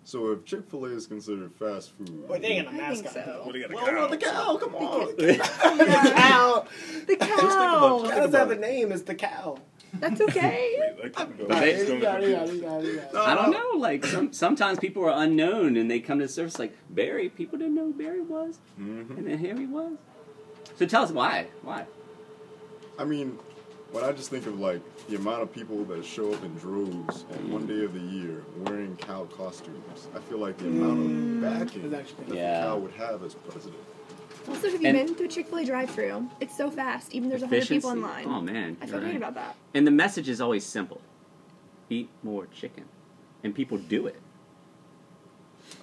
[SPEAKER 5] So if Chick Fil A is considered fast food,
[SPEAKER 4] Well, they ain't a
[SPEAKER 2] I think
[SPEAKER 4] mascot.
[SPEAKER 2] so.
[SPEAKER 8] What do you got?
[SPEAKER 5] well, no, the cow, come on.
[SPEAKER 4] Cow.
[SPEAKER 2] The cow.
[SPEAKER 4] Cows have a name. It's the cow.
[SPEAKER 2] That's okay.
[SPEAKER 1] They-
[SPEAKER 4] You got it, you got it, you got it, you got it.
[SPEAKER 5] Ah,
[SPEAKER 1] I don't know. Like some, sometimes people are unknown and they come to the surface. Like Barry, people didn't know who Barry was,
[SPEAKER 5] Mhm.
[SPEAKER 1] Mm-hmm. and then here he was. So tell us why. Why?
[SPEAKER 5] I mean, When I just think of like the amount of people that show up in droves on one day of the year wearing cow costumes, I feel like the amount of backing
[SPEAKER 4] Mm. That's actually-
[SPEAKER 5] that the
[SPEAKER 1] Yeah.
[SPEAKER 5] cow would have as president.
[SPEAKER 2] Also, have you
[SPEAKER 1] And-
[SPEAKER 2] been through Chick Fil A drive-through? It's so fast. Even there's a hundred people in line.
[SPEAKER 1] Oh man,
[SPEAKER 2] I
[SPEAKER 1] you're
[SPEAKER 2] feel
[SPEAKER 1] right.
[SPEAKER 2] great about that.
[SPEAKER 1] And the message is always simple: eat more chicken, and people do it.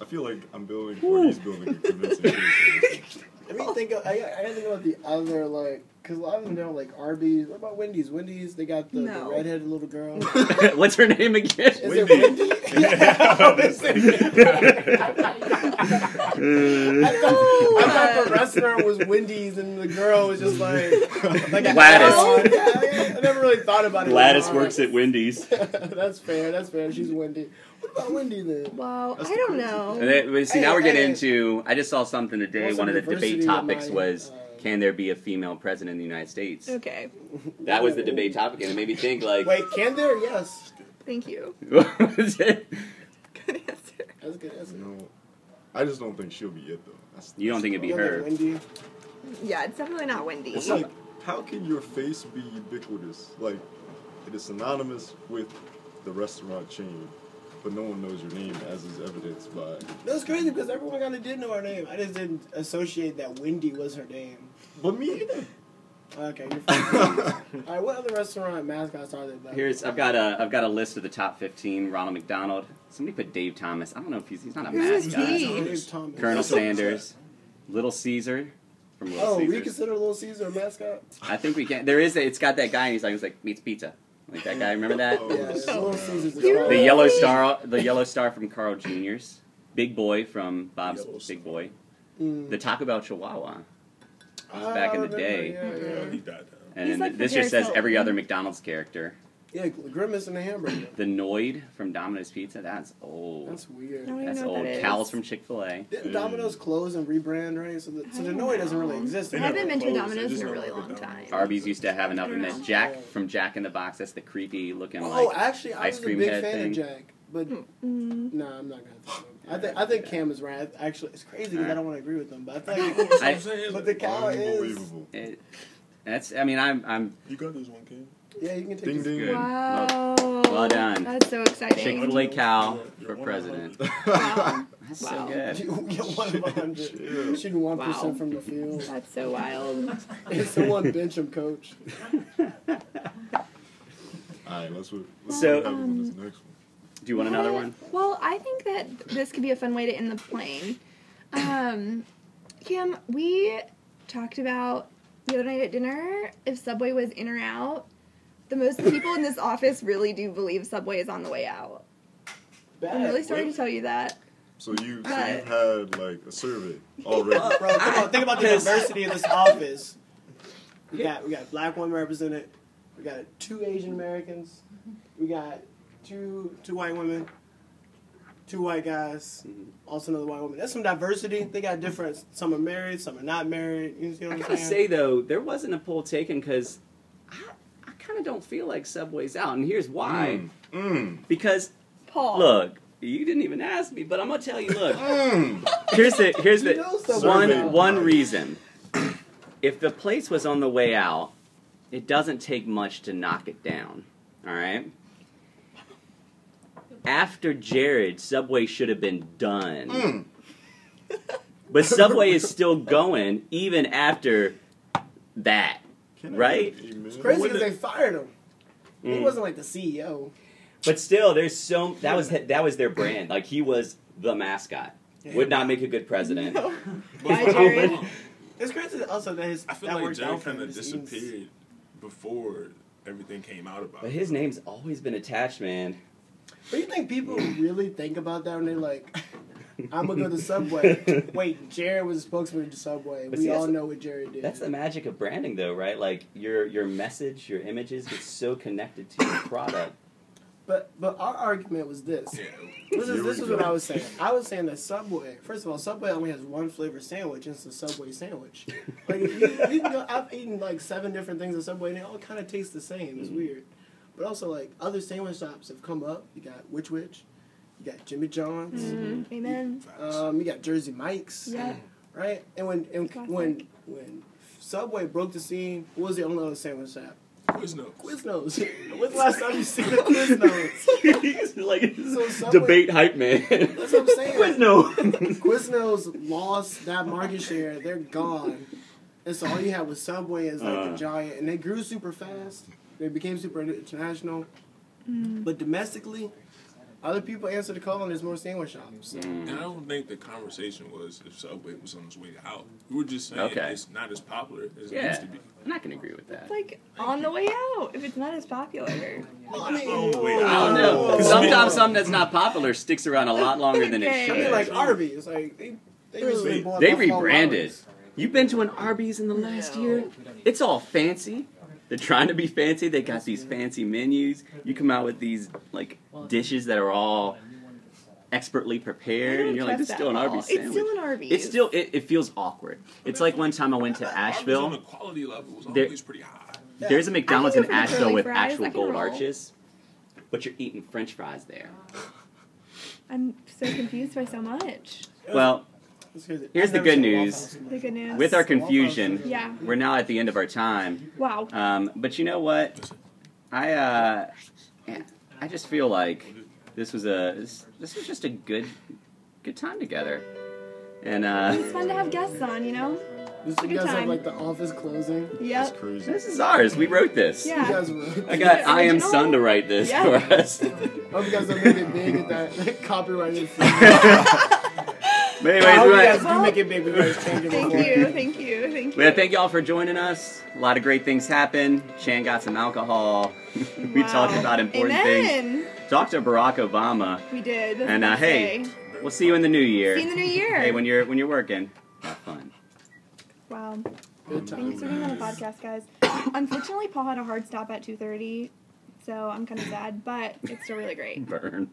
[SPEAKER 5] I feel like I'm building, or he's building a convincing case. for this.
[SPEAKER 4] I mean, think of, I, I gotta think about the other like, cause a lot of them don't like Arby's. What about Wendy's? Wendy's, they got the,
[SPEAKER 2] No.
[SPEAKER 4] the redheaded little girl.
[SPEAKER 1] What's her name again?
[SPEAKER 4] Is it Wendy? I thought, I thought the wrestler was Wendy's and the girl was just like like a
[SPEAKER 1] Gladys.
[SPEAKER 4] Oh, yeah, I never really thought about it.
[SPEAKER 1] Gladys works at Wendy's.
[SPEAKER 4] that's fair. That's fair. She's Wendy. What about Wendy then?
[SPEAKER 2] Well,
[SPEAKER 5] That's
[SPEAKER 2] I
[SPEAKER 5] the
[SPEAKER 2] don't
[SPEAKER 5] crazy
[SPEAKER 2] know.
[SPEAKER 1] And then, we- see, now
[SPEAKER 4] Hey,
[SPEAKER 1] we're getting
[SPEAKER 4] hey.
[SPEAKER 1] into. I just saw something today.
[SPEAKER 4] Want
[SPEAKER 1] One of
[SPEAKER 4] some
[SPEAKER 1] the debate
[SPEAKER 4] diversity in
[SPEAKER 1] topics
[SPEAKER 4] my,
[SPEAKER 1] was,
[SPEAKER 4] uh,
[SPEAKER 1] can there be a female president of the United States?
[SPEAKER 2] Okay,
[SPEAKER 1] That was the debate topic, and it made me think. Like,
[SPEAKER 4] Wait, can there? Yes.
[SPEAKER 2] thank you.
[SPEAKER 1] was it?
[SPEAKER 2] Good answer.
[SPEAKER 4] That's a good. That's a
[SPEAKER 5] You know, I just don't think she'll be it though. That's,
[SPEAKER 1] You don't think it'd be
[SPEAKER 4] You don't
[SPEAKER 1] her?
[SPEAKER 4] think Wendy.
[SPEAKER 2] Yeah, it's definitely not Wendy.
[SPEAKER 5] It's like, how can your face be ubiquitous? Like, it is synonymous with the restaurant chain, but no one knows your name, as is evidenced by.
[SPEAKER 4] That's crazy because everyone kind of did know her name. I just didn't associate that Wendy was her name.
[SPEAKER 5] But me either.
[SPEAKER 4] Okay, you're fine. All right, what other restaurant mascots are there? though?
[SPEAKER 1] Here's. I've got a. I've got a list of the top 15. Ronald McDonald. Somebody put Dave Thomas. I don't know if he's. He's not a
[SPEAKER 2] Who's
[SPEAKER 1] mascot.
[SPEAKER 2] he?
[SPEAKER 4] Dave Oh, Thomas.
[SPEAKER 1] Colonel
[SPEAKER 5] Still-
[SPEAKER 1] Sanders, Little Caesar from Little
[SPEAKER 4] Oh, we
[SPEAKER 1] Caesar.
[SPEAKER 4] consider Little Caesar a mascot.
[SPEAKER 1] I think we can. There is. A, it's got that guy, and he's like, he's like meets pizza, like that guy. Remember that?
[SPEAKER 5] Oh,
[SPEAKER 4] Yeah, Little Caesar's a
[SPEAKER 2] You
[SPEAKER 4] clown.
[SPEAKER 1] The yellow star, the yellow star from Carl Jr.'s, Big Boy from Bob's
[SPEAKER 8] Yellow Star.
[SPEAKER 1] Big Boy,
[SPEAKER 4] Mm.
[SPEAKER 1] the Taco Bell Chihuahua, was
[SPEAKER 4] Ah,
[SPEAKER 1] back in
[SPEAKER 4] I
[SPEAKER 1] the
[SPEAKER 4] remember,
[SPEAKER 1] day.
[SPEAKER 4] Yeah,
[SPEAKER 8] Yeah,
[SPEAKER 4] yeah.
[SPEAKER 8] leave that down.
[SPEAKER 1] and
[SPEAKER 2] He's like the
[SPEAKER 1] this year
[SPEAKER 2] Paris
[SPEAKER 1] says
[SPEAKER 2] Hilton.
[SPEAKER 1] every other McDonald's character.
[SPEAKER 4] Yeah, Grimace and the hamburger.
[SPEAKER 1] The Noid from Domino's Pizza. That's old.
[SPEAKER 4] That's weird.
[SPEAKER 2] No, I
[SPEAKER 1] That's
[SPEAKER 2] know what
[SPEAKER 1] old.
[SPEAKER 2] that is.
[SPEAKER 1] Cows from Chick Fil A.
[SPEAKER 4] Didn't Domino's close and rebrand, right? So the, so
[SPEAKER 2] I
[SPEAKER 4] the
[SPEAKER 2] don't
[SPEAKER 4] Noi doesn't really
[SPEAKER 2] know.
[SPEAKER 4] exist.
[SPEAKER 8] They
[SPEAKER 2] I
[SPEAKER 8] never
[SPEAKER 2] haven't been to
[SPEAKER 8] closed.
[SPEAKER 2] Domino's
[SPEAKER 8] They just
[SPEAKER 2] in a
[SPEAKER 8] never
[SPEAKER 2] really
[SPEAKER 8] opened
[SPEAKER 2] long
[SPEAKER 8] Domino's.
[SPEAKER 2] time.
[SPEAKER 1] Arby's used to have an up and that
[SPEAKER 2] Yeah.
[SPEAKER 1] Jack from Jack in the Box. That's the creepy looking like.
[SPEAKER 4] oh, actually, I
[SPEAKER 1] ice
[SPEAKER 4] was a
[SPEAKER 1] cream
[SPEAKER 4] big
[SPEAKER 1] head
[SPEAKER 4] fan
[SPEAKER 1] thing.
[SPEAKER 4] of Jack, but
[SPEAKER 2] Mm.
[SPEAKER 4] no, I'm not gonna. Think I think I think Cam is right. Actually, it's crazy because I don't want to agree with him, but I think.
[SPEAKER 8] That's what
[SPEAKER 1] I-
[SPEAKER 8] I'm saying.
[SPEAKER 4] but the cow is.
[SPEAKER 5] Unbelievable.
[SPEAKER 1] It- that's. I mean, I'm. I'm
[SPEAKER 8] You got this one, kid.
[SPEAKER 4] Yeah, you can take.
[SPEAKER 5] Ding
[SPEAKER 4] this.
[SPEAKER 5] ding.
[SPEAKER 1] Good.
[SPEAKER 2] Wow.
[SPEAKER 1] Well done.
[SPEAKER 2] That's so
[SPEAKER 1] Chick
[SPEAKER 2] exciting.
[SPEAKER 1] Fil A cow for
[SPEAKER 8] You're one
[SPEAKER 1] president.
[SPEAKER 2] Wow.
[SPEAKER 1] That's
[SPEAKER 2] Wow.
[SPEAKER 1] so good.
[SPEAKER 4] You get one of a hundred. Shooting one
[SPEAKER 2] Wow.
[SPEAKER 4] from the field.
[SPEAKER 2] That's so wild.
[SPEAKER 4] Someone bench him, coach.
[SPEAKER 5] All right, let's, let's
[SPEAKER 1] So- um,
[SPEAKER 5] see what happens with this next one.
[SPEAKER 1] Do you want another one?
[SPEAKER 2] Well, I think that this could be a fun way to end the plane. Um, Kim, we talked about the other night at dinner if Subway was in or out. The most people in this office really do believe Subway is on the way out. I'm really sorry to tell you that.
[SPEAKER 5] So you, so you've had like a survey
[SPEAKER 4] Bro,
[SPEAKER 5] already.
[SPEAKER 4] bro, come on. Think about the diversity of this office. We got we got a black woman represented. We got two Asian Americans. We got two two white women. Two white guys. Also another white woman. That's some diversity. They got different. Some are married. Some are not married. You see
[SPEAKER 1] I
[SPEAKER 4] what I'm
[SPEAKER 1] gotta
[SPEAKER 4] saying?
[SPEAKER 1] say though, there wasn't a poll taken because I, I kind of don't feel like Subway's out, and here's why.
[SPEAKER 5] Mm, mm,
[SPEAKER 1] Because
[SPEAKER 2] Paul.
[SPEAKER 1] look, you didn't even ask me, but I'm gonna tell you. Look,
[SPEAKER 5] mm.
[SPEAKER 1] here's the here's the
[SPEAKER 4] You know Subway's
[SPEAKER 1] one
[SPEAKER 5] out.
[SPEAKER 1] one reason. If the place was on the way out, it doesn't take much to knock it down. All right. After Jared, Subway should have been done.
[SPEAKER 5] Mm.
[SPEAKER 1] But Subway is still going even after that.
[SPEAKER 5] Can I
[SPEAKER 1] Right?
[SPEAKER 5] have an amen?
[SPEAKER 4] Crazy
[SPEAKER 8] When
[SPEAKER 4] because
[SPEAKER 8] the-
[SPEAKER 4] they fired him. He
[SPEAKER 1] Mm.
[SPEAKER 4] wasn't like the E CEO.
[SPEAKER 1] But still, there's so that was that was their brand. Like he was the mascot. Would not make a good president.
[SPEAKER 2] No.
[SPEAKER 8] But-
[SPEAKER 2] Bye, Jerry.
[SPEAKER 4] It's crazy also that his
[SPEAKER 8] I feel
[SPEAKER 4] that
[SPEAKER 8] like
[SPEAKER 4] worked
[SPEAKER 8] John
[SPEAKER 4] out for him.
[SPEAKER 8] kind of
[SPEAKER 4] His ease.
[SPEAKER 8] disappeared before everything came out about
[SPEAKER 1] But
[SPEAKER 8] it.
[SPEAKER 1] his name's always been attached, man.
[SPEAKER 4] But you think people really think about that when they're like, I'm gonna go to Subway. Wait, Jared was a spokesman to Subway.
[SPEAKER 1] But
[SPEAKER 4] we
[SPEAKER 1] see,
[SPEAKER 4] all
[SPEAKER 1] that's-
[SPEAKER 4] know what Jared did.
[SPEAKER 1] That's the magic of branding, though, right? Like your your message, your images get so connected to your product.
[SPEAKER 4] but but our argument was this.
[SPEAKER 8] Yeah.
[SPEAKER 4] This
[SPEAKER 5] Here
[SPEAKER 4] is, this
[SPEAKER 5] we
[SPEAKER 4] is
[SPEAKER 5] go.
[SPEAKER 4] what I was saying. I was saying that Subway. First of all, Subway only has one flavor sandwich, and it's a Subway sandwich. Like if you, you can go, I've eaten like seven different things at Subway, and they all kind of taste the same. It's weird. But also like other sandwich shops have come up. You got Witch Witch, you got Jimmy John's,
[SPEAKER 2] Mm-hmm. Amen.
[SPEAKER 4] um, you got Jersey Mike's.
[SPEAKER 2] Yeah.
[SPEAKER 4] right? And when and
[SPEAKER 2] Classic.
[SPEAKER 4] when when Subway broke the scene, what was the only other sandwich shop?
[SPEAKER 8] Quiznos.
[SPEAKER 4] Quiznos. When's the last time you seen a Quiznos?
[SPEAKER 1] He's like
[SPEAKER 4] So Subway-
[SPEAKER 1] debate hype man.
[SPEAKER 4] That's what I'm saying.
[SPEAKER 1] Quizno.
[SPEAKER 4] Quiznos lost that market share. They're gone. And so all you had was Subway as like
[SPEAKER 1] Uh.
[SPEAKER 4] the giant, and they grew super fast. They became super international, but domestically, other people answer the call, and there's more sandwich shops.
[SPEAKER 8] And I don't think the conversation was if Subway was on its way out. We were just saying
[SPEAKER 1] Okay.
[SPEAKER 8] it's not as popular as it
[SPEAKER 1] yeah,
[SPEAKER 8] used to be.
[SPEAKER 1] I'm not gonna agree with that.
[SPEAKER 2] It's like on the way out if it's not as popular.
[SPEAKER 4] I mean,
[SPEAKER 8] Oh, wait,
[SPEAKER 1] I don't know.
[SPEAKER 8] Oh.
[SPEAKER 1] Sometimes something that's not popular sticks around a lot longer than it
[SPEAKER 2] Okay.
[SPEAKER 1] should.
[SPEAKER 4] I mean, like Arby's, like they they recently
[SPEAKER 8] Wait,
[SPEAKER 4] bought
[SPEAKER 1] they
[SPEAKER 4] Buffalo
[SPEAKER 1] rebranded.
[SPEAKER 4] Wild
[SPEAKER 1] You've been to an Arby's in the last year? It's all fancy. They're trying to be fancy. They got these fancy menus. You come out with these like dishes that are all expertly
[SPEAKER 2] I
[SPEAKER 1] prepared,
[SPEAKER 2] don't
[SPEAKER 1] and you're like,
[SPEAKER 2] trust
[SPEAKER 1] "This is still an
[SPEAKER 2] that at all.
[SPEAKER 1] Arby's
[SPEAKER 2] It's still
[SPEAKER 1] sandwich."
[SPEAKER 2] an Arby's.
[SPEAKER 1] It's still it, it feels awkward. It's like one time I went to
[SPEAKER 8] On the
[SPEAKER 1] Asheville.
[SPEAKER 8] quality level was
[SPEAKER 1] There-
[SPEAKER 8] always pretty high.
[SPEAKER 1] There's a McDonald's
[SPEAKER 2] go
[SPEAKER 1] in
[SPEAKER 2] for the curly
[SPEAKER 1] Asheville with
[SPEAKER 2] fries. I
[SPEAKER 1] actual
[SPEAKER 2] can
[SPEAKER 1] gold
[SPEAKER 2] roll.
[SPEAKER 1] arches, but you're eating French fries there.
[SPEAKER 2] I'm so confused by so much.
[SPEAKER 1] Well,
[SPEAKER 4] Wings. Here's
[SPEAKER 1] Here's the good news.
[SPEAKER 2] The good news.
[SPEAKER 1] with our confusion,
[SPEAKER 2] Yeah.
[SPEAKER 1] we're now at the end of our time.
[SPEAKER 2] Wow.
[SPEAKER 1] Um, but you know what? I uh, I just feel like this was a this, this was just a good good time together, and uh,
[SPEAKER 2] it's fun to have guests on, you know?
[SPEAKER 4] This
[SPEAKER 2] a
[SPEAKER 4] you
[SPEAKER 2] good
[SPEAKER 4] guys have
[SPEAKER 2] time.
[SPEAKER 4] like the office closing. You
[SPEAKER 5] That's
[SPEAKER 2] Yep.
[SPEAKER 5] crazy.
[SPEAKER 1] this is ours. We wrote this.
[SPEAKER 2] Yeah.
[SPEAKER 4] guys were.
[SPEAKER 1] I got
[SPEAKER 2] Yeah,
[SPEAKER 1] I am
[SPEAKER 2] original.
[SPEAKER 1] Sun to write this
[SPEAKER 2] Yeah.
[SPEAKER 1] for us.
[SPEAKER 4] I hope you guys don't make it big at that, that copyrighted. thing.
[SPEAKER 1] But
[SPEAKER 4] I
[SPEAKER 1] anyways,
[SPEAKER 4] hope you
[SPEAKER 1] we're
[SPEAKER 4] guys do make it big. We guys change it
[SPEAKER 2] Thank
[SPEAKER 4] before.
[SPEAKER 2] you, thank you, thank you.
[SPEAKER 1] Well, thank y'all for joining us. A lot of great things happened. Chan got some alcohol. we
[SPEAKER 2] Wow.
[SPEAKER 1] talked about important things.
[SPEAKER 2] Amen.
[SPEAKER 1] Talked to Barack Obama.
[SPEAKER 2] We did. That's
[SPEAKER 1] And uh,
[SPEAKER 2] what I
[SPEAKER 1] hey,
[SPEAKER 2] say.
[SPEAKER 1] we'll see you in the new year.
[SPEAKER 2] see you in the new year.
[SPEAKER 1] Hey, when you're when you're working, have fun.
[SPEAKER 2] wow.
[SPEAKER 4] Good
[SPEAKER 2] Thanks
[SPEAKER 4] times.
[SPEAKER 2] for being on the podcast, guys. Unfortunately, Paul had a hard stop at 2.30, so I'm kind of sad, but it's still really great.
[SPEAKER 1] Burn.